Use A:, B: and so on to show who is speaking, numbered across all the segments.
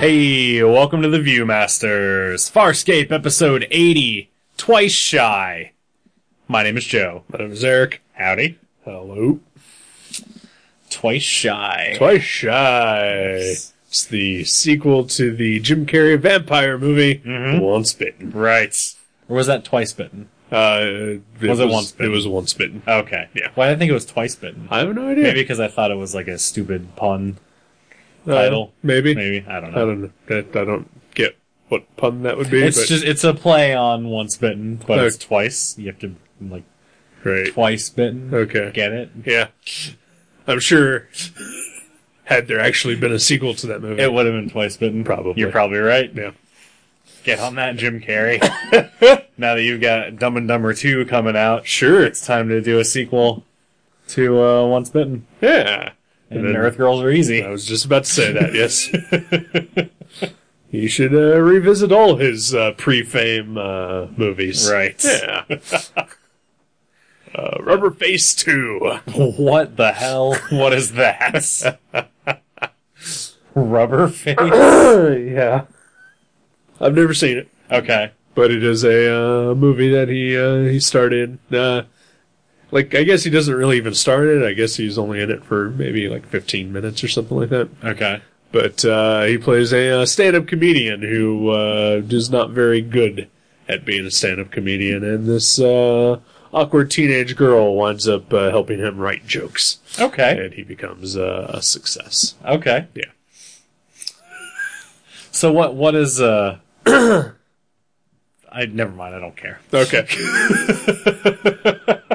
A: Hey, welcome to the Viewmasters. Farscape episode 80, twice shy. My name is Joe.
B: My name is Eric.
A: Howdy.
B: Hello.
A: Twice shy.
B: Twice Shy. It's the sequel to the Jim Carrey vampire movie,
A: Mm-hmm.
B: Once Bitten.
A: Right. Or was that twice bitten?
B: Uh, it
A: Was it Once Bitten?
B: It was Once Bitten.
A: Okay.
B: Yeah.
A: Why did I think it was twice bitten?
B: I have no idea.
A: Maybe because I thought it was like a stupid pun.
B: Uh,
A: title.
B: maybe.
A: Maybe. I don't
B: I
A: know.
B: don't know. That- I don't get what pun that would be.
A: It's
B: but,
A: just, it's a play on once bitten, but it's
B: Okay.
A: twice. You have to, like,
B: great.
A: twice bitten.
B: Okay.
A: Get it?
B: Yeah. I'm sure had there actually been a sequel to that movie.
A: It would have been twice bitten.
B: Probably.
A: You're probably right.
B: yeah.
A: Get on that, Jim Carrey. now that you've got Dumb and Dumber 2 coming out, sure, it's time to do a sequel to uh, Once Bitten.
B: Yeah.
A: And,
B: then-
A: Earth Girls Are Easy.
B: I was just about to say that, yes. he should uh, revisit all his uh, pre fame uh, movies.
A: Right.
B: Yeah. uh, Rubber Face 2.
A: What the hell? What is that? Rubber face?
B: yeah. I've never seen it,
A: Okay.
B: but it is a uh, movie that he uh, he started. Uh, like, I guess he doesn't really even start it. I guess he's only in it for maybe like 15 minutes or something like that.
A: Okay.
B: but uh, he plays a uh, stand-up comedian who uh, is not very good at being a stand-up comedian, and this uh, awkward teenage girl winds up uh, helping him write jokes,
A: Okay.
B: and he becomes uh, a success.
A: Okay.
B: Yeah,
A: So what? What is? uh I never mind. I don't care.
B: okay.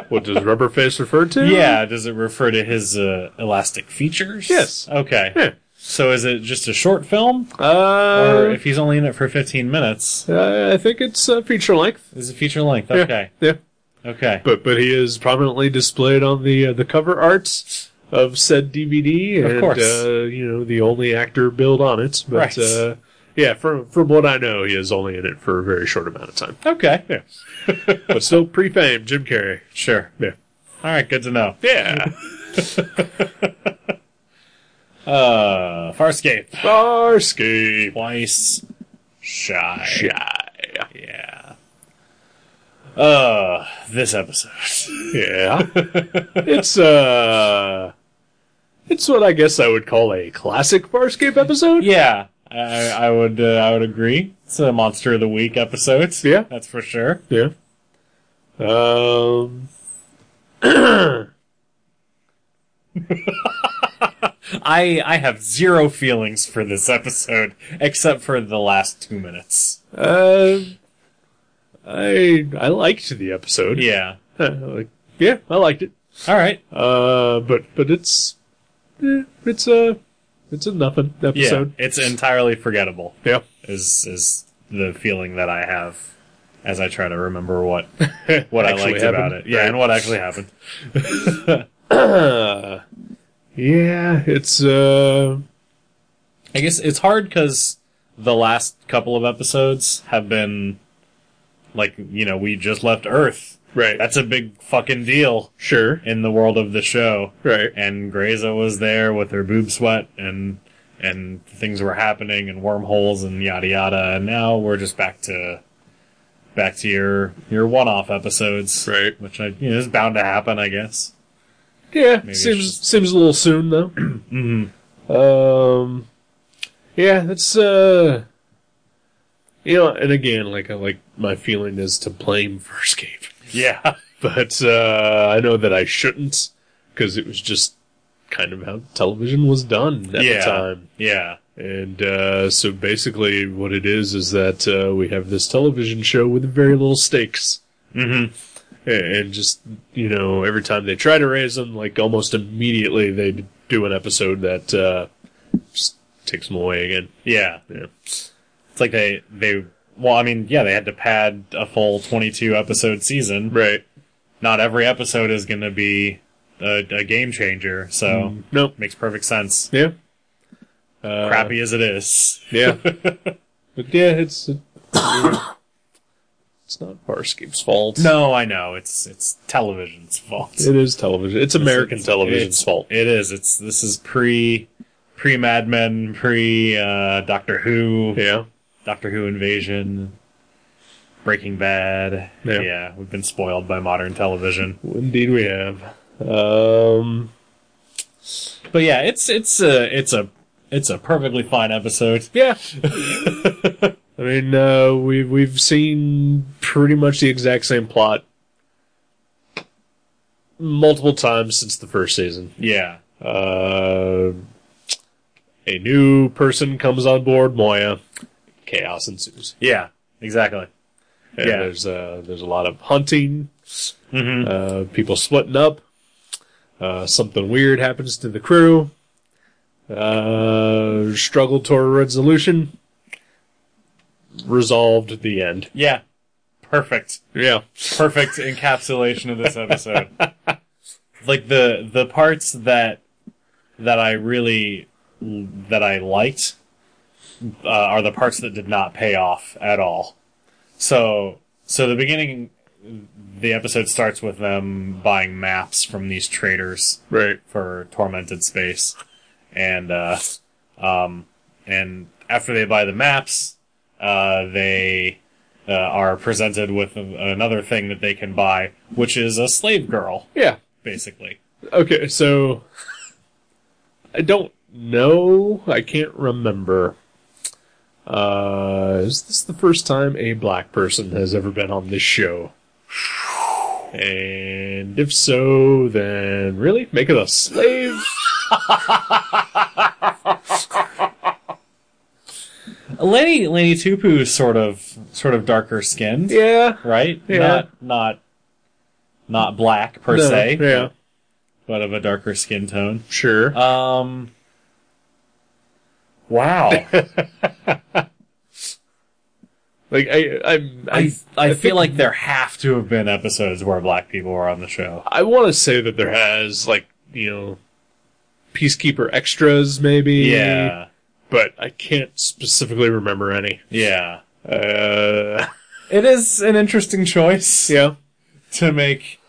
B: what does Rubberface refer to?
A: Yeah. Does it refer to his uh, elastic features?
B: Yes.
A: Okay.
B: Yeah.
A: So is it just a short film? or
B: Uh,
A: if he's only in it for 15 minutes,
B: I I think it's uh, feature length.
A: is it feature length?
B: Yeah,
A: Okay,
B: Yeah.
A: okay,
B: but but he is prominently displayed on the uh, the cover art of said DVD,
A: Of
B: and
A: course.
B: Uh, you know the only actor billed on it. But
A: Right.
B: uh, yeah, from from what I know, he is only in it for a very short amount of time.
A: okay,
B: Yeah, but still pre-fame Jim Carrey.
A: sure.
B: Yeah,
A: All right, good to know.
B: yeah.
A: Uh, Farscape,
B: Farscape.
A: twice shy.
B: Shy.
A: Yeah. Uh, this episode.
B: Yeah, it's uh, it's what I guess I would call a classic Farscape episode.
A: Yeah, I, I would, uh, I would agree. It's a monster of the week episode.
B: Yeah.
A: that's for sure.
B: Yeah. Um.
A: I, I have zero feelings for this episode except for the last two minutes.
B: Uh, I I liked the episode.
A: Yeah.
B: Uh, like, yeah, I liked it.
A: All right.
B: Uh, but but it's eh, it's a it's a nothing
A: Yeah,
B: episode.
A: it's entirely forgettable.
B: Yeah.
A: is is the feeling that I have as I try to remember what what I
B: Actually
A: liked
B: happened,
A: about it. Yeah,
B: right.
A: and what actually happened.
B: Uh, yeah, it's uh
A: I guess it's hard because the last couple of episodes have been like you know we just left Earth.
B: right.
A: That's a big fucking deal
B: sure.
A: in the world of the show.
B: Right.
A: And Greza was there with her boob sweat and and things were happening and wormholes and yada yada. And now we're just back to back to your your one off episodes.
B: Right.
A: Which I you know is bound to happen, I guess.
B: Yeah,
A: it's
B: seems
A: just-
B: seems a little soon though. Mm-hmm. Um, yeah, that's uh, you know, and again, like I like my feeling is to blame Farscape,
A: Yeah.
B: but uh, I know that I shouldn't because it was just kind of how television was done at
A: yeah.
B: the time.
A: Yeah.
B: And uh, so basically, what it is is that uh, we have this television show with very little stakes. Mm-hmm. And just, you know, every time they try to raise them, like almost immediately they do an episode that uh, just takes them away again.
A: Yeah.
B: Yeah.
A: It's like they they well, I mean, yeah, they had to pad a full twenty two episode season.
B: Right.
A: Not every episode is gonna be a, a game changer, so
B: Nope.
A: makes perfect sense.
B: Yeah. Uh,
A: Crappy as it is.
B: Yeah. but yeah, it's. it's not Farscape's fault.
A: No, I know. It's it's television's fault.
B: It is television. It's American
A: It's-
B: television's
A: it's-
B: fault.
A: It is. It's this is pre pre Mad Men, pre uh, Doctor Who,
B: Yeah.
A: Doctor Who Invasion, Breaking Bad.
B: Yeah.
A: yeah, we've been spoiled by modern television.
B: Indeed, we have. Um,
A: But yeah, it's it's a it's a it's a perfectly fine episode.
B: yeah. I mean, uh, we've we've seen pretty much the exact same plot multiple times since the first season.
A: Yeah,
B: Uh, a new person comes on board, Moya. Chaos ensues.
A: yeah, exactly.
B: And
A: Yeah.
B: There's uh, there's a lot of hunting.
A: hmm
B: uh, people splitting up. Uh, something weird happens to the crew. Uh, struggle toward resolution. Resolved the end.
A: Yeah, perfect.
B: Yeah.
A: perfect encapsulation of this episode. like the the parts that that I really that I liked uh, are the parts that did not pay off at all. So so the beginning the episode starts with them buying maps from these traders
B: Right.
A: for tormented space and uh um and after they buy the maps uh they uh, are presented with a- another thing that they can buy which is a slave girl
B: Yeah.
A: basically
B: Okay, so. I don't know. I can't remember. Uh, is this the first time a black person has ever been on this show? And if so, then really? Make it a slave?
A: Lenny Lenny Tupu is sort of sort of darker skinned
B: Yeah.
A: right
B: Yeah.
A: not not not black per
B: No,
A: se
B: Yeah.
A: but of a darker skin tone
B: Sure.
A: Um. Wow.
B: like I, I,
A: I
B: I,
A: I feel like there have to have been episodes where black people were on the show.
B: I want to say that there has like you know, peacekeeper extras maybe.
A: Yeah.
B: But I can't specifically remember any.
A: Yeah.
B: Uh.
A: It is an interesting choice
B: Yeah.
A: to make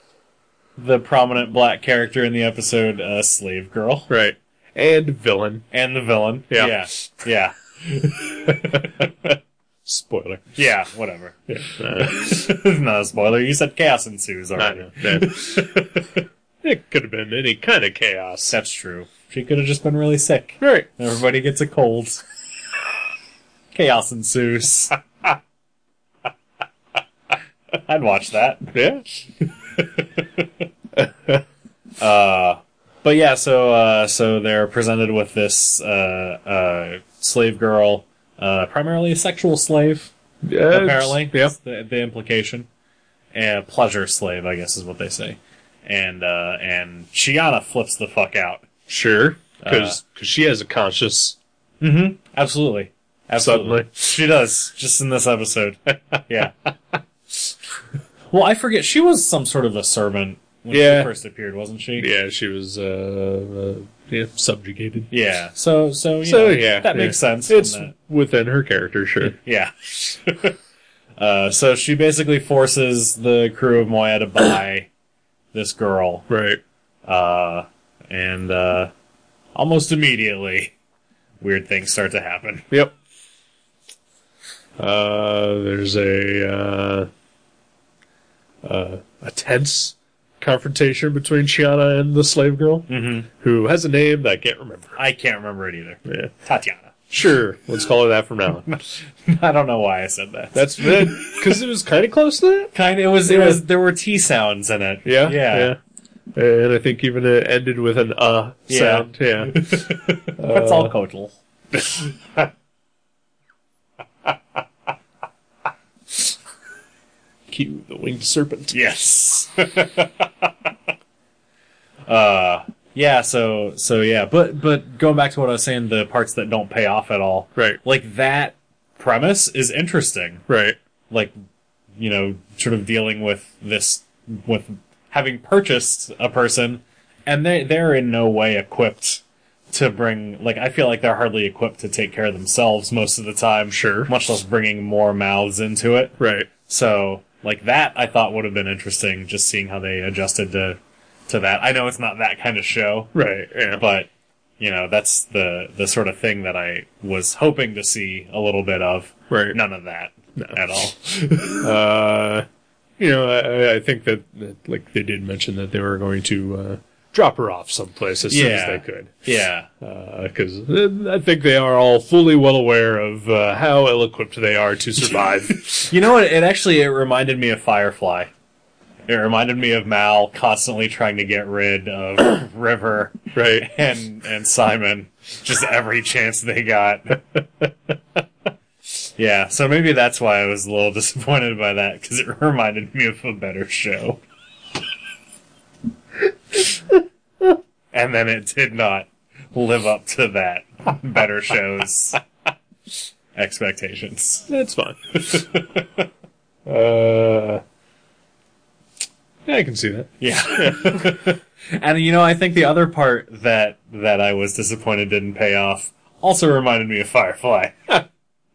A: the prominent black character in the episode a slave girl
B: Right. And villain.
A: and the villain.
B: Yeah.
A: Yeah. Yeah.
B: Spoiler. Uh,
A: Yeah, whatever. Not a spoiler. You said chaos ensues
B: I
A: already.
B: know. it could have been any kind of chaos.
A: That's true. She could have just been really sick.
B: Right.
A: Everybody gets a cold. Chaos ensues. I'd watch that.
B: Yeah.
A: But yeah, so uh, so they're presented with this uh, uh, slave girl, uh, primarily a sexual slave,
B: Yeah,
A: apparently.
B: Yeah.
A: That's the, the implication. A pleasure slave, I guess, is what they say. And uh, and Chiana flips the fuck out.
B: Sure.
A: Uh,
B: Because she has a conscience.
A: Absolutely. Absolutely.
B: Suddenly.
A: She does, just in this episode. yeah. Well, I forget. She was some sort of a servant when
B: Yeah.
A: she first appeared, wasn't she?
B: Yeah. She was uh, uh yeah, subjugated.
A: Yeah. So, so, you
B: So
A: know,
B: yeah,
A: that
B: yeah.
A: makes sense. from
B: It's
A: that.
B: within her character, sure.
A: Yeah. uh, so she basically forces the crew of Moya to buy this girl,
B: right.
A: uh, and uh, almost immediately, weird things start to happen.
B: Yep. Uh, there's a uh, uh, a tense confrontation between Shiana and the slave girl,
A: Mhm.
B: who has a name that I can't remember.
A: I can't remember it either.
B: Yeah.
A: Tatiana.
B: Sure, let's call her that from now on.
A: I don't know why I said that.
B: That's because it was kind of close to that.
A: Kind of, it was, it
B: Yeah.
A: was, there were T sounds in it.
B: Yeah,
A: Yeah.
B: yeah. And I think even it ended with an uh
A: Yeah.
B: sound. Yeah.
A: That's
B: Uh,
A: all Kotal.
B: Cue the winged serpent.
A: Yes. uh, yeah, so, so yeah, but, but going back to what I was saying, the parts that don't pay off at all.
B: Right.
A: Like that premise is interesting.
B: Right.
A: Like, you know, sort of dealing with this, with having purchased a person and they, they're in no way equipped to bring, like, I feel like they're hardly equipped to take care of themselves most of the time.
B: Sure.
A: Much less bringing more mouths into it.
B: Right.
A: So, like that, I thought would have been interesting, just seeing how they adjusted to to that. I know it's not that kind of show,
B: Right. Yeah.
A: but you know, that's the the sort of thing that I was hoping to see a little bit of.
B: Right.
A: None of that at all.
B: Uh, you know, I, I think that, that like they did mention that they were going to uh, drop her off someplace as soon as
A: Yeah.
B: they could.
A: Yeah.
B: because I think they are all fully well aware of uh, how ill equipped they are to survive.
A: You know what? It actually it reminded me of Firefly. It reminded me of Mal constantly trying to get rid of River
B: right?
A: and and Simon just every chance they got. yeah, so maybe that's why I was a little disappointed by that because it reminded me of a better show. and then it did not live up to that better show's expectations.
B: That's fine. uh, yeah, I can see that.
A: Yeah. and you know, I think the other part that that I was disappointed didn't pay off also reminded me of Firefly.
B: All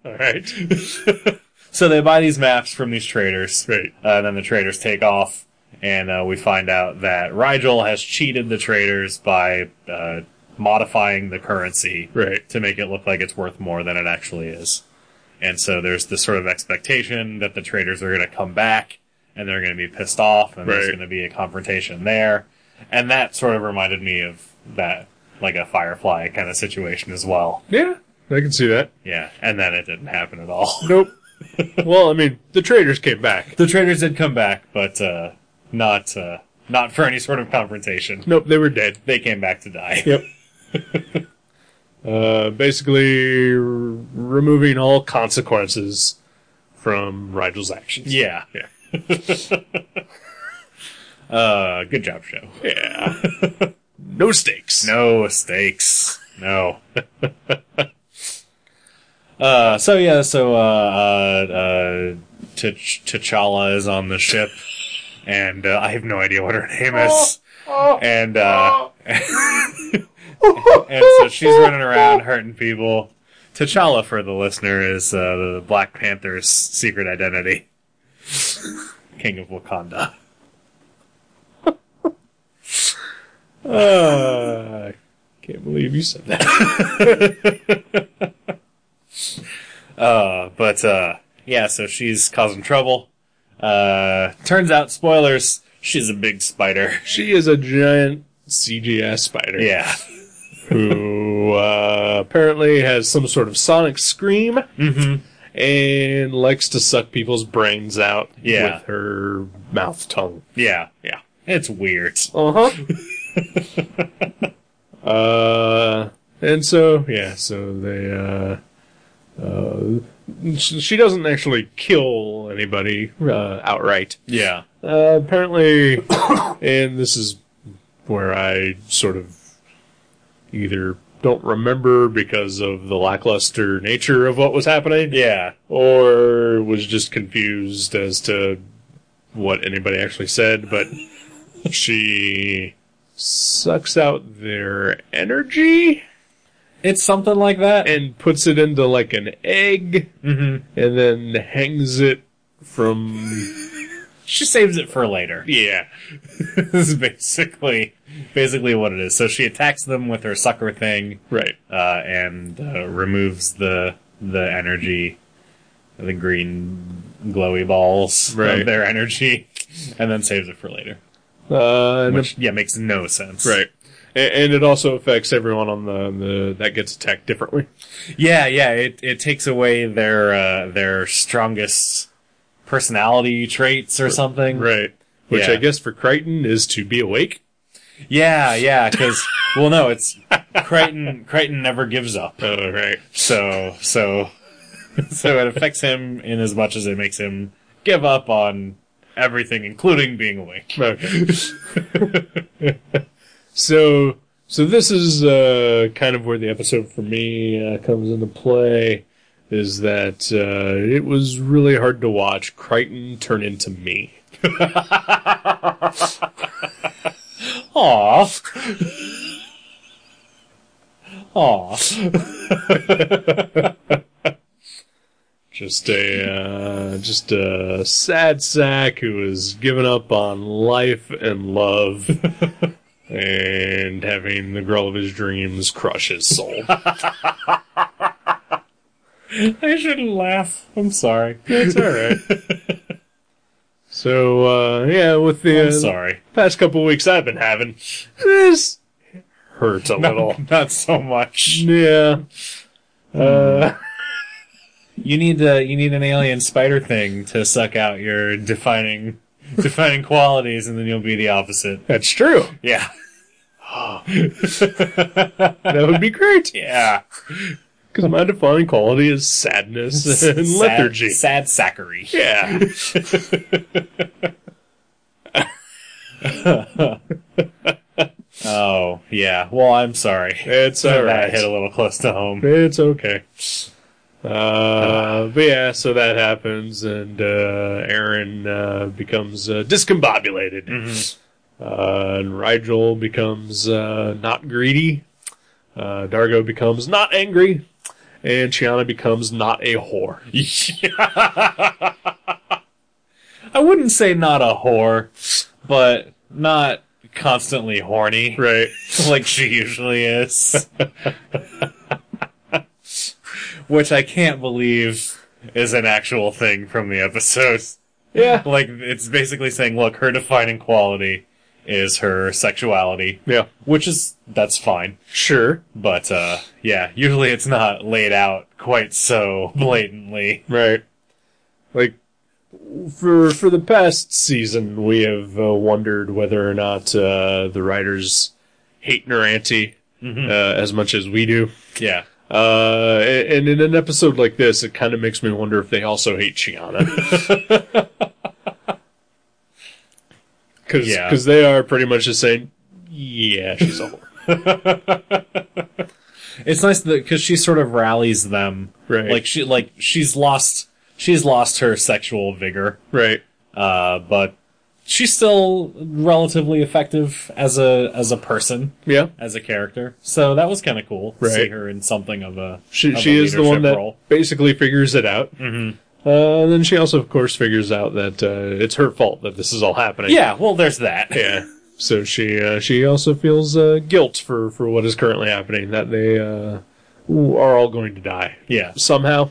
B: right.
A: So they buy these maps from these traders.
B: Right.
A: Uh, and then the traders take off, and uh, we find out that Rigel has cheated the traders by uh, modifying the currency
B: Right.
A: to make it look like it's worth more than it actually is. And so there's this sort of expectation that the traders are going to come back and they're going to be pissed off, and there's
B: Right.
A: going to be a confrontation there. And that sort of reminded me of that, like a Firefly kind of situation as well.
B: Yeah, I can see that.
A: Yeah. And then it didn't happen at all.
B: Nope. well, I mean, the traders came back.
A: The traders did come back, but uh, not uh, not for any sort of confrontation.
B: Nope, they were dead.
A: They came back to die.
B: Yep. uh, basically, r- removing all consequences from Rigel's actions.
A: Yeah. uh, good job, show.
B: Yeah. no stakes.
A: No stakes. No. uh, so yeah, so uh, uh, uh, T- T'Challa is on the ship, and uh, I have no idea what her name is,
B: Oh.
A: and uh, and so she's running around hurting people. T'Challa, for the listener, is uh, the Black Panther's secret identity, King of Wakanda.
B: Uh, I can't believe you said that.
A: Uh, but uh, yeah, so she's causing trouble. Uh, turns out, spoilers, she's a big spider.
B: She is a giant CGS spider
A: Yeah,
B: who uh, apparently has some sort of sonic scream
A: Mm-hmm.
B: and likes to suck people's brains out
A: Yeah.
B: with her mouth tongue.
A: yeah,
B: Yeah.
A: it's weird.
B: Uh huh. uh, and so yeah, so they uh, uh, sh- she doesn't actually kill anybody uh, outright.
A: Yeah,
B: Uh, apparently, and this is where I sort of either don't remember because of the lackluster nature of what was happening,
A: yeah,
B: or was just confused as to what anybody actually said, but she sucks out their energy
A: it's something like that.
B: and puts it into like an egg
A: Mm-hmm.
B: and then hangs it from
A: She saves it for later.
B: yeah
A: this is basically basically what it is. So she attacks them with her sucker thing
B: right
A: uh, and uh, removes the the energy, the green glowy balls
B: Right.
A: of their energy, and then saves it for later.
B: uh, and
A: Which yeah makes no sense.
B: Right. And, and it also affects everyone on the, on the that gets attacked differently.
A: Yeah, yeah. It it takes away their uh, their strongest personality traits or something.
B: Right. Which I
A: Yeah.
B: guess for Crichton is to be awake.
A: Yeah, yeah. Because well, no, it's Crichton. Crichton never gives up.
B: Oh, right.
A: So so so it affects him in as much as it makes him give up on everything, including being awake.
B: Okay. so, so this is uh, kind of where the episode for me uh, comes into play. Is that uh, it was really hard to watch Crichton turn into me.
A: Aw. Aw.
B: Just a uh, just a sad sack who has given up on life and love and having the girl of his dreams crush his soul.
A: I shouldn't laugh. I'm sorry.
B: It's all right. So uh, yeah, with the
A: I'm
B: uh,
A: sorry.
B: past couple weeks I've been having, this hurts a little.
A: Not, not so much.
B: Yeah. Uh,
A: You need uh, you need an alien spider thing to suck out your defining defining qualities, and then you'll be the opposite.
B: that's true.
A: Yeah.
B: That would be great.
A: Yeah.
B: Because my defining quality is sadness and
A: Sad-
B: lethargy.
A: Sad sackery.
B: Yeah.
A: Oh, yeah. Well, I'm sorry.
B: It's all
A: That
B: right.
A: hit a little close to home.
B: It's okay. Uh, but yeah, so that happens, and uh, Aaron uh, becomes uh, discombobulated, uh, and Rigel becomes uh, not greedy, uh, Dargo becomes not angry, and Chiana becomes not a whore.
A: I wouldn't say not a whore, but not constantly horny
B: Right.
A: like she usually is. Which I can't believe is an actual thing from the episode.
B: Yeah.
A: Like, it's basically saying, look, her defining quality is her sexuality,
B: Yeah.
A: which is, that's fine.
B: Sure.
A: But, uh, yeah, usually it's not laid out quite so blatantly.
B: Right. Like for for the past season, we have uh, wondered whether or not uh, the writers hate Naranti uh, as much as we do.
A: Yeah.
B: Uh, a- and in an episode like this, it kind of makes me wonder if they also hate Chiana. Because
A: Yeah.
B: they are pretty much just saying, yeah, she's a whore.
A: It's nice that because she sort of rallies them,
B: Right.
A: Like she, like she's lost, she's lost her sexual vigor,
B: right.
A: uh, but she's still relatively effective as a as a person,
B: Yeah.
A: as a character. So that was kind of cool to see
B: Right.
A: her in something of a
B: She,
A: of a
B: she is the one
A: leadership
B: that
A: role.
B: basically figures it out. Mm-hmm. Uh, and then she also, of course, figures out that uh, it's her fault that this is all happening.
A: Yeah, well, there's that.
B: Yeah. So she uh, she also feels uh, guilt for, for what is currently happening that they uh, are all going to die
A: Yeah,
B: somehow.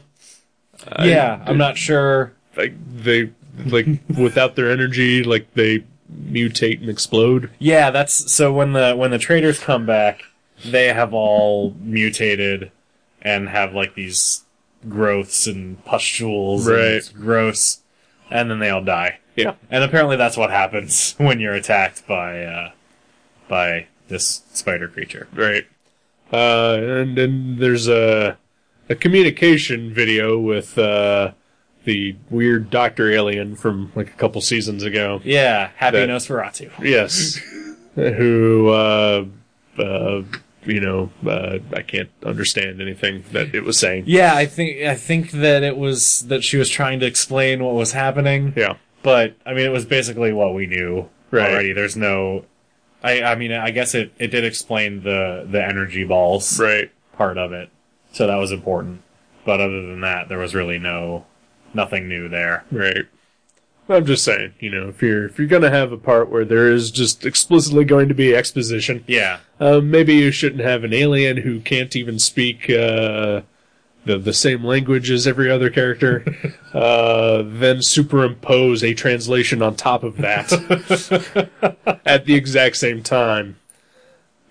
A: yeah. I'm not sure.
B: Like they like without their energy, like they mutate and explode.
A: Yeah, that's so when the when the traders come back, they have all mutated and have like these growths and pustules and
B: Right.
A: it's gross and then they all die.
B: Yeah.
A: And apparently that's what happens when you're attacked by uh by this spider creature.
B: Right. Uh, and then there's a a communication video with uh, the weird doctor alien from like a couple seasons ago.
A: Yeah, happy
B: That-
A: Nosferatu.
B: Yes, who uh, uh, you know uh, I can't understand anything that it was saying.
A: Yeah, I think I think that it was that she was trying to explain what was happening.
B: Yeah.
A: but I mean, it was basically what we knew
B: Right.
A: already. There's no, I, I mean, I guess it, it did explain the, the energy balls
B: Right.
A: part of it. So that was important. But other than that, there was really no, nothing new there.
B: Right. I'm just saying, you know, if you're if you're gonna have a part where there is just explicitly going to be exposition,
A: Yeah.
B: Uh, maybe you shouldn't have an alien who can't even speak uh, the the same language as every other character. uh, then superimpose a translation on top of that at the exact same time,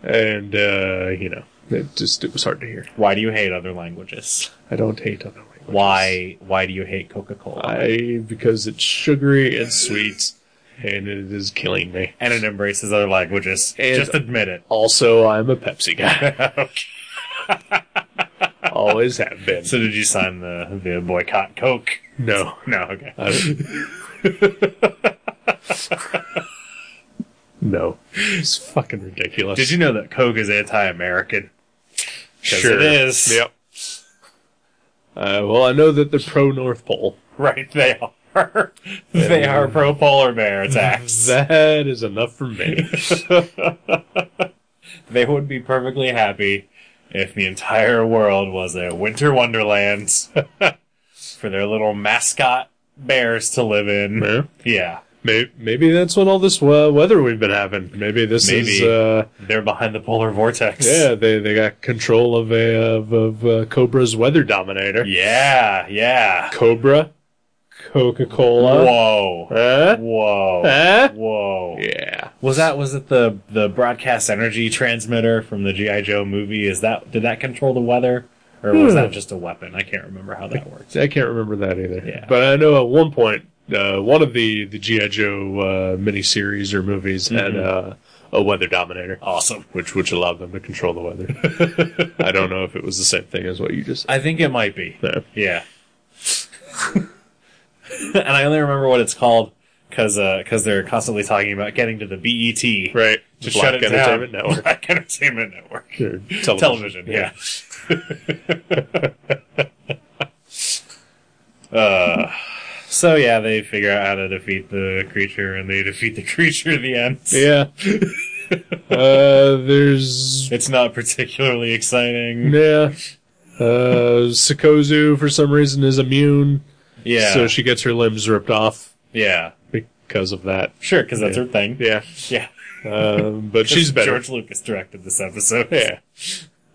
B: and uh, you know, it just it was hard to hear.
A: Why do you hate other languages?
B: I don't hate other languages.
A: Why, why do you hate Coca-Cola?
B: I because it's sugary and sweet, and it is killing me.
A: And it embraces other languages.
B: And-
A: Just admit it.
B: Also, I'm a Pepsi guy. Always have been.
A: So did you sign the, the boycott Coke?
B: No.
A: No, okay.
B: I don't- no. It's fucking ridiculous.
A: Did you know that Coke is anti-American? 'Cause it is.
B: Yep. Uh, well, I know that they're pro North Pole.
A: Right, they are. they are pro polar bear attacks.
B: That is enough for me.
A: They would be perfectly happy if the entire world was a winter wonderland for their little mascot bears to live in.
B: Yeah.
A: Yeah.
B: Maybe, maybe that's when all this uh, weather we've been having. Maybe this is.
A: Maybe.
B: Uh,
A: They're behind the polar vortex.
B: yeah, they, they got control of a of, of uh, Cobra's weather dominator.
A: Yeah, yeah.
B: Cobra, Coca Cola.
A: Whoa.
B: Huh?
A: Whoa.
B: Huh?
A: Whoa.
B: Yeah.
A: Was that was it the the broadcast energy transmitter from the GI Joe movie? Is that did that control the weather or was
B: Hmm.
A: that just a weapon? I can't remember how that worked.
B: I can't remember that either.
A: Yeah.
B: But I know at one point, uh, one of the the GI Joe uh, miniseries or movies had
A: Mm-hmm.
B: uh, a weather dominator,
A: Awesome.
B: which which allowed them to control the weather. I don't know if it was the same thing as what you just said.
A: I think it might be.
B: No.
A: Yeah. and I only remember what it's called because they're constantly talking about getting to the E BET
B: Right.
A: to
B: Black
A: shut it
B: Entertainment
A: down.
B: Network.
A: Black Entertainment Network.
B: Or
A: television.
B: television.
A: yeah. uh, so yeah, they figure out how to defeat the creature, and they defeat the creature at the end.
B: Yeah. uh, there's
A: It's not particularly exciting.
B: yeah. Uh, Sokozu for some reason is immune,
A: Yeah,
B: so she gets her limbs ripped off
A: yeah,
B: because of that.
A: sure, because that's her thing.
B: Yeah.
A: Yeah,
B: Um, but she's better.
A: George Lucas directed this episode.
B: Yeah.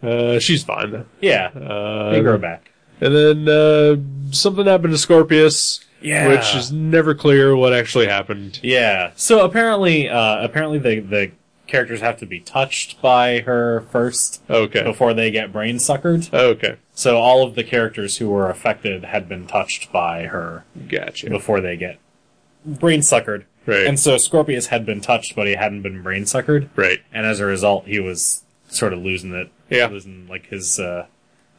B: Uh, she's fine
A: yeah,
B: though.
A: they grow
B: Uh,
A: back.
B: and then uh, something happened to Scorpius,
A: Yeah.
B: which is never clear what actually happened.
A: Yeah. So apparently, uh, apparently the the characters have to be touched by her first
B: Okay.
A: before they get brain suckered.
B: Okay.
A: So all of the characters who were affected had been touched by her
B: Gotcha.
A: before they get brain suckered.
B: Right.
A: And so Scorpius had been touched, but he hadn't been brain suckered,
B: Right.
A: and as a result, he was sort of losing it.
B: Yeah.
A: losing like his uh,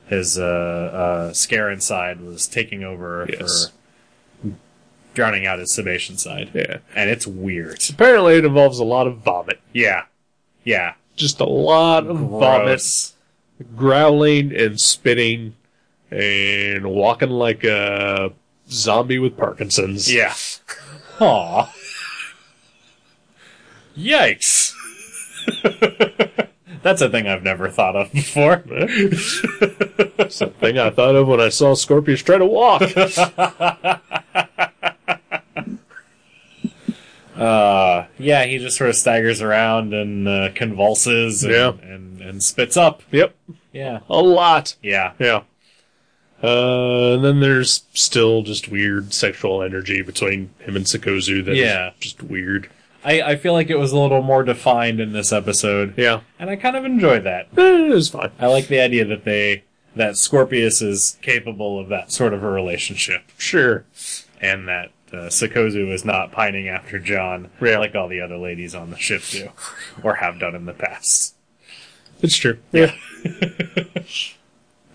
A: his uh, uh, scare inside was taking over
B: Yes.
A: for drowning out his sedation side,
B: Yeah.
A: and it's weird.
B: Apparently, it involves a lot of vomit.
A: Yeah, yeah,
B: Just a lot of vomit,
A: Gross.
B: growling and spitting, and walking like a zombie with Parkinson's.
A: Yeah. Aw. Yikes. That's a thing I've never thought of before.
B: It's the thing I thought of when I saw Scorpius try to walk.
A: Uh, yeah, he just sort of staggers around and uh, convulses and,
B: Yeah.
A: and, and spits up.
B: yep.
A: Yeah.
B: A lot.
A: Yeah.
B: Yeah. Uh, and then there's still just weird sexual energy between him and Sakozu that is
A: Yeah.
B: just weird.
A: I, I feel like it was a little more defined in this episode,
B: Yeah.
A: and I kind of enjoyed that.
B: Eh, it was fine.
A: I like the idea that they that Scorpius is capable of that sort of a relationship.
B: Sure.
A: and that uh, Sokozu is not pining after John
B: Yeah.
A: like all the other ladies on the ship do, or have done in the past.
B: It's true. Yeah.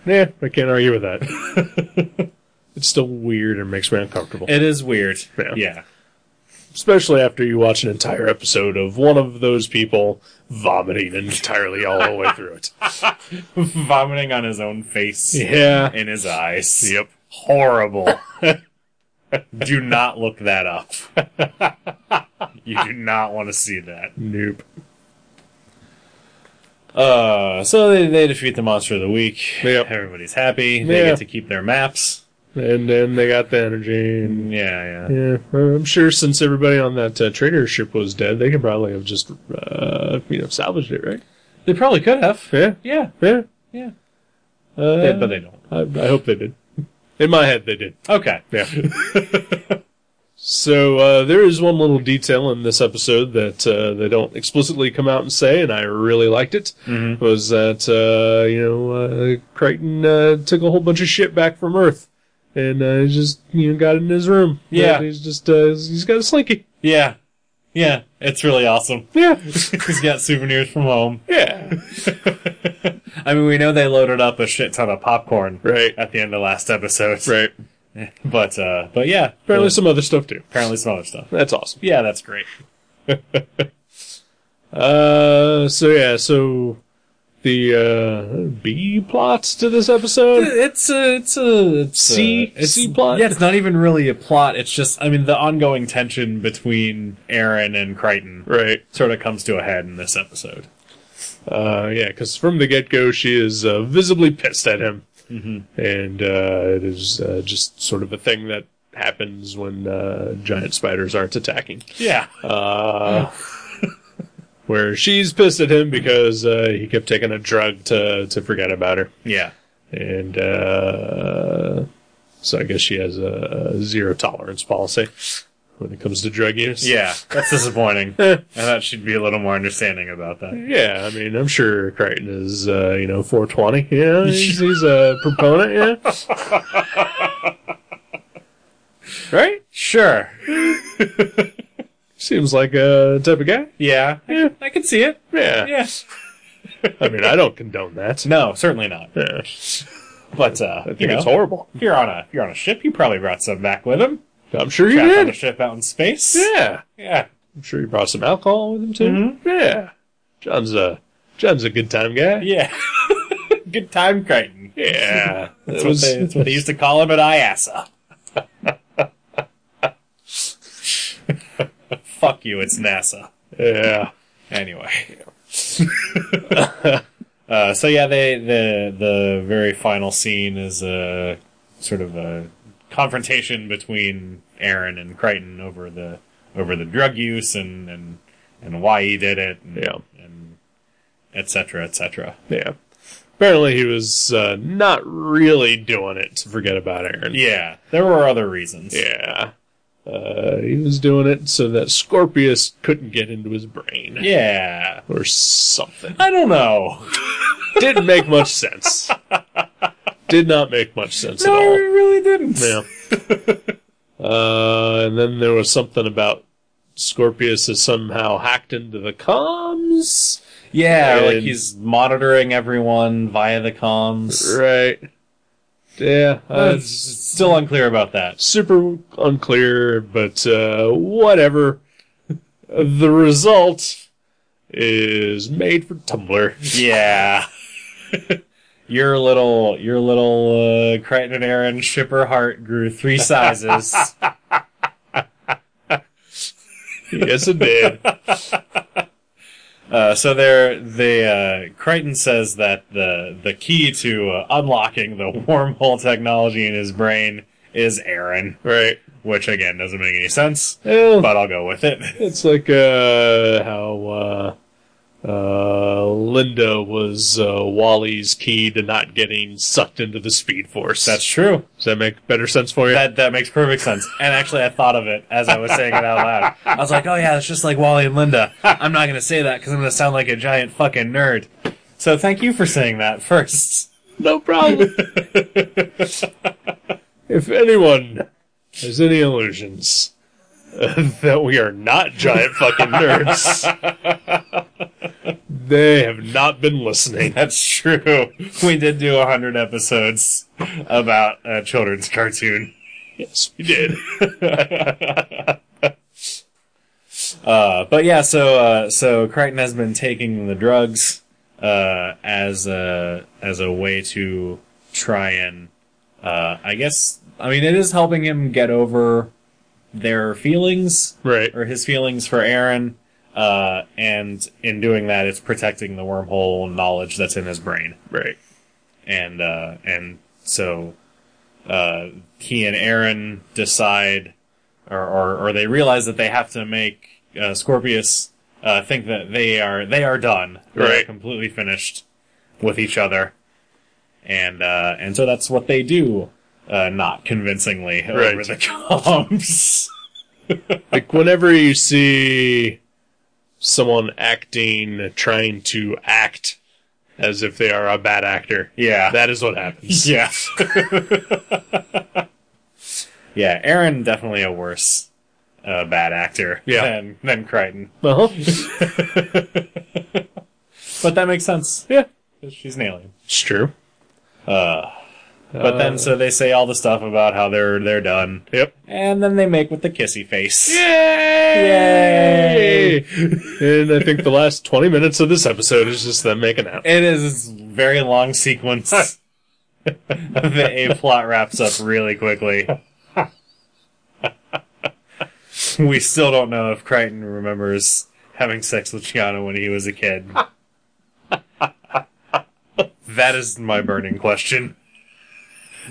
B: yeah, I can't argue with that. it's still weird and makes me uncomfortable.
A: It is weird.
B: Yeah.
A: Yeah.
B: Especially after you watch an entire episode of one of those people vomiting entirely all the way through it.
A: Vomiting on his own face
B: Yeah.
A: in his eyes.
B: Yep.
A: Horrible. do not look that up. you do not want to see that.
B: Nope.
A: Uh, so they, they defeat the monster of the week.
B: Yep.
A: Everybody's happy. They
B: Yeah.
A: get to keep their maps.
B: And then they got the energy and
A: Yeah, yeah.
B: Yeah, uh, I'm sure since everybody on that uh, trader ship was dead, they could probably have just, uh, you know, salvaged it, right?
A: They probably could have.
B: Yeah,
A: Yeah,
B: yeah,
A: yeah.
B: uh,
A: They- but they don't.
B: I, I hope they did. In my head, they did.
A: Okay.
B: Yeah. so uh, there is one little detail in this episode that uh, they don't explicitly come out and say, and I really liked it.
A: Mm-hmm.
B: Was that uh, you know uh, Crichton uh, took a whole bunch of shit back from Earth, and uh, he just you know got it in his room.
A: Yeah.
B: he's just uh, he's got a slinky.
A: Yeah. Yeah. It's really awesome.
B: Yeah,
A: He's got souvenirs from home.
B: yeah.
A: I mean, we know they loaded up a shit ton of popcorn
B: Right.
A: at the end of last episode.
B: Right.
A: But, uh, but yeah.
B: Apparently
A: Uh,
B: some other stuff too.
A: apparently some other stuff.
B: That's awesome.
A: Yeah, that's great.
B: Uh, so yeah, so the uh, B plots to this episode.
A: It's a, it's a, it's
B: C- C plot?
A: Yeah, it's not even really a plot. It's just, I mean, the ongoing tension between Aaron and Crichton
B: Right.
A: sort of comes to a head in this episode.
B: Uh, yeah, because from the get go, she is Mm-hmm. uh, visibly pissed at him, and uh, it is uh, just sort of a thing that happens when uh, giant spiders aren't attacking.
A: Yeah.
B: Uh, where she's pissed at him because uh, he kept taking a drug to to forget about her,
A: Yeah.
B: and uh, so I guess she has a, a zero tolerance policy when it comes to drug use.
A: Yeah. That's disappointing. I thought she'd be a little more understanding about that.
B: Yeah, I mean, I'm sure Crichton is, uh, you know, 420. Yeah, he's, he's a proponent. Yeah, right.
A: Sure.
B: Seems like a type of guy.
A: Yeah.
B: Yeah,
A: I can see it.
B: yeah.
A: Yes.
B: I mean, I don't condone that.
A: No, certainly not.
B: Yeah.
A: But uh,
B: I think
A: you know,
B: it's horrible.
A: if you're on a if you're on a ship. He probably brought some back with him.
B: I'm sure he
A: Trapped on a
B: did.
A: ship out in space.
B: Yeah,
A: Yeah.
B: I'm sure he brought some alcohol with him too.
A: Mm-hmm.
B: Yeah, John's a John's a good time guy.
A: Yeah. Good time, Crichton.
B: Yeah,
A: That's
B: that
A: what,
B: was
A: they, that's what they used to call him at IASA. Fuck you, it's NASA.
B: yeah.
A: Anyway. uh, so yeah, they the the very final scene is a sort of a confrontation between Aaron and Crichton over the over the drug use and and, and why he did it and
B: Yeah.
A: and et cetera, et cetera.
B: Yeah. Apparently, he was uh, not really doing it to forget about Aaron.
A: Yeah, there were other reasons.
B: Yeah. Uh, he was doing it so that Scorpius couldn't get into his brain.
A: Yeah.
B: Or something.
A: I don't know.
B: Didn't make much sense. Did not make much sense
A: No,
B: at all.
A: it really didn't.
B: Yeah. uh, and then there was something about Scorpius has somehow hacked into the comms.
A: Yeah, like
B: And-
A: he's monitoring everyone via the comms.
B: Right. Yeah.
A: Uh,
B: uh,
A: it's still unclear about that.
B: super unclear, but uh, whatever. the result is made for Tumblr.
A: Yeah. your little, your little uh, Crichton and Aaron shipper heart grew three sizes.
B: yes, it did.
A: uh, so there, they uh, Crichton says that the the key to uh, unlocking the wormhole technology in his brain is Aaron,
B: Right.
A: which again doesn't make any sense,
B: Well,
A: but I'll go with it.
B: it's like uh, how uh, uh, Linda was uh, Wally's key to not getting sucked into the Speed Force.
A: That's true.
B: Does that make better sense for you?
A: That that makes perfect sense. And actually, I thought of it as I was saying it out loud. I was like, "Oh yeah, it's just like Wally and Linda." I'm not gonna say that because I'm gonna sound like a giant fucking nerd. So thank you for saying that first.
B: no problem. if anyone has any illusions uh, that we are not giant fucking nerds, they have not been listening.
A: That's true. We did do hundred episodes about a children's cartoon.
B: Yes, we did.
A: Uh, but yeah, so uh, so Crichton has been taking the drugs uh, as a as a way to try and uh, I guess I mean it is helping him get over their feelings
B: Right.
A: or his feelings for Aaron, uh, and in doing that, it's protecting the wormhole knowledge that's in his brain,
B: Right.
A: and uh, and so uh, he and Aaron decide, or, or or they realize that they have to make uh, Scorpius uh, think that they are they are done, They are
B: Right.
A: completely finished with each other, and uh, and so that's what they do. Uh, not convincingly over
B: Right.
A: the comms.
B: Like whenever you see someone acting, trying to act as if they are a bad actor,
A: yeah.
B: that is what happens.
A: Yeah. yeah, Aaron definitely a worse uh, bad actor
B: Yeah.
A: than than Crichton.
B: Uh-huh.
A: But that makes sense.
B: Yeah.
A: 'cause She's nailing.
B: It's true.
A: But then so they say all the stuff about how they're they're done.
B: Yep.
A: And then they make with the kissy face.
B: Yay! and I think the last 20 minutes of this episode is just them making out.
A: It is a very long sequence. the A plot wraps up really quickly. we still don't know if Crichton remembers having sex with Chiana when he was a kid. that is my burning question.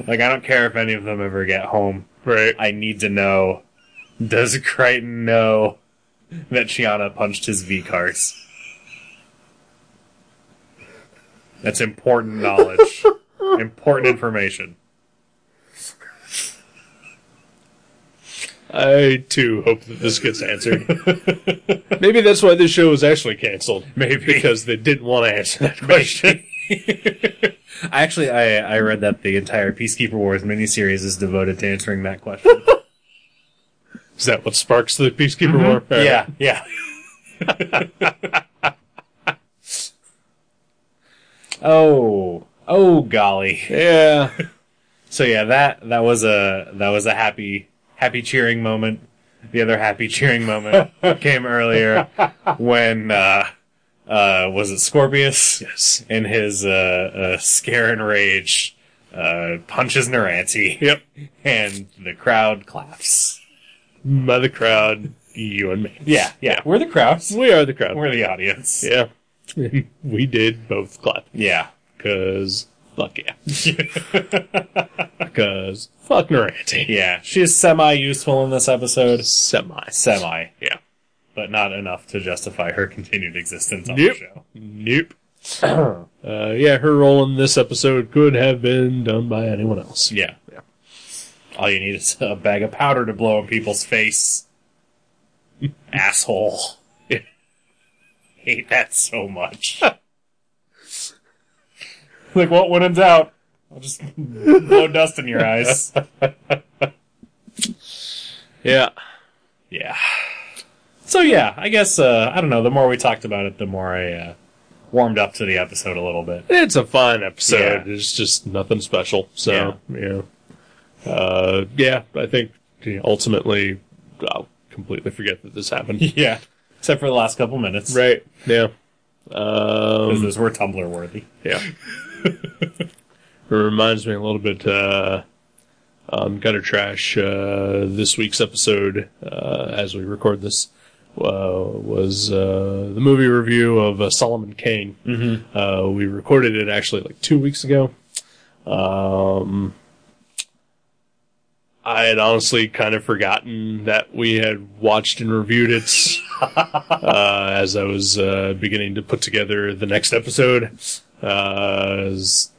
A: Like I don't care if any of them ever get home.
B: Right.
A: I need to know. Does Crichton know that Shiana punched his V cars? That's important knowledge. important information.
B: I too hope that this gets answered. Maybe that's why this show was actually canceled.
A: Maybe.
B: because they didn't want to answer that question.
A: I actually I, I read that the entire Peacekeeper Wars miniseries is devoted to answering that question.
B: Is that what sparks the Peacekeeper War?
A: Mm-hmm. yeah, yeah. oh, oh, golly.
B: yeah.
A: So yeah, that that was a that was a happy happy cheering moment. The other happy cheering moment came earlier when uh, uh, was it Scorpius
B: Yes.
A: in his uh, uh, scare and rage uh, punches Naranti
B: Yep.
A: and the crowd claps.
B: By the crowd, you and me.
A: Yeah, yeah, we're the crowd.
B: We are the crowd.
A: We're the audience.
B: yeah. we did both clap.
A: Yeah.
B: Cause fuck yeah. Cause fuck Naranti.
A: Yeah, she is semi useful in this episode.
B: Semi.
A: Semi,
B: Yeah.
A: but not enough to justify her continued existence on
B: Nope.
A: the show.
B: Nope. uh, yeah, her role in this episode could have been done by anyone else.
A: Yeah.
B: Yeah.
A: All you need is a bag of powder to blow in people's face. Asshole.
B: Yeah.
A: Hate that so much. like, what when in doubt, I'll just blow dust in your eyes.
B: Yeah.
A: Yeah. So yeah, I guess uh, I don't know. The more we talked about it, the more I uh, warmed up to the episode a little bit.
B: It's a fine episode.
A: Yeah.
B: It's just nothing special. So, yeah. Yeah, uh, yeah I think yeah, ultimately I'll completely forget that this happened.
A: Yeah, except for the last couple minutes.
B: right. Yeah.
A: 'Cause
B: Um,
A: those were Tumblr worthy.
B: Yeah. it reminds me a little bit, uh, um, Gutter Trash, uh, this week's episode, uh, as we record this, uh, was, uh, the movie review of uh, Solomon Kane. Mm-hmm. Uh, we recorded it actually like two weeks ago. Um, I had honestly kind of forgotten that we had watched and reviewed it uh, as I was uh, beginning to put together the next episode. Because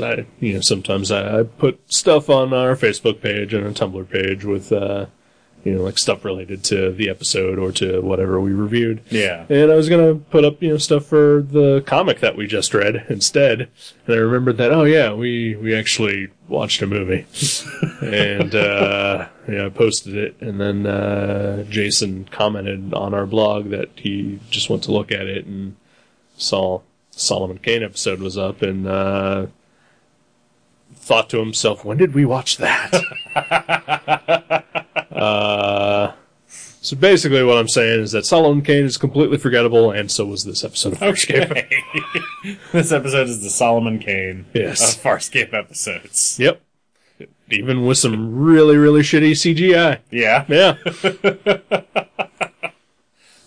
B: I, you know, sometimes I, I put stuff on our Facebook page and a Tumblr page with, uh, you know, like stuff related to the episode or to whatever we reviewed.
A: Yeah.
B: And I was gonna put up, you know, stuff for the comic that we just read instead. And I remembered that, oh yeah, we, we actually watched a movie. and, uh, yeah, I posted it. And then, uh, Jason commented on our blog that he just went to look at it and saw Solomon Kane episode was up and, uh, thought to himself, when did we watch that? uh, so basically, what I'm saying is that Solomon Kane is completely forgettable, and so was this episode of Farscape.
A: Okay. this episode is the Solomon Kane
B: Yes.
A: of Farscape episodes.
B: Yep. Even with some really, really shitty CGI.
A: Yeah.
B: Yeah.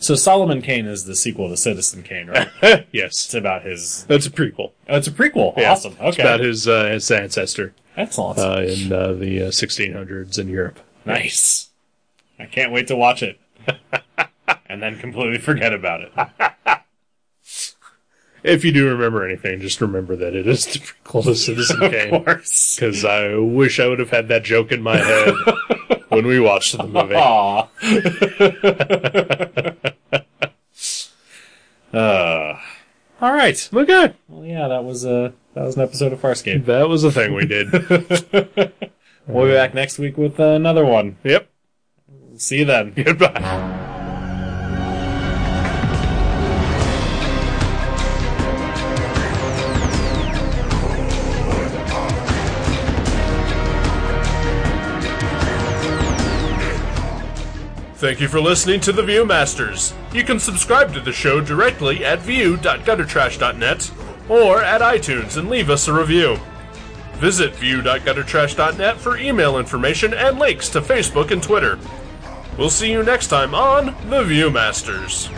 A: So Solomon Kane is the sequel to Citizen Kane, right? it's
B: yes.
A: about his.
B: That's a prequel.
A: Oh, it's a prequel.
B: Yeah.
A: Awesome.
B: It's
A: Okay.
B: about his, uh, his ancestor
A: That's awesome.
B: uh, in uh, the uh, 1600s in Europe.
A: nice. I can't wait to watch it. and then completely forget about it.
B: If you do remember anything, just remember that it is the prequel to Citizen
A: Of
B: Kane.
A: course.
B: Because I wish I would have had that joke in my head when we watched the movie.
A: Aw. uh, all right.
B: Look at
A: Well, yeah, that was uh, that was an episode of Farscape.
B: that was the thing we did. Mm-hmm.
A: We'll be back next week with uh, another one.
B: yep.
A: See you then.
B: Goodbye. Thank you for listening to The Viewmasters. You can subscribe to the show directly at view.guttertrash.net or at iTunes and leave us a review. Visit view.guttertrash.net for email information and links to Facebook and Twitter. We'll see you next time on The Viewmasters.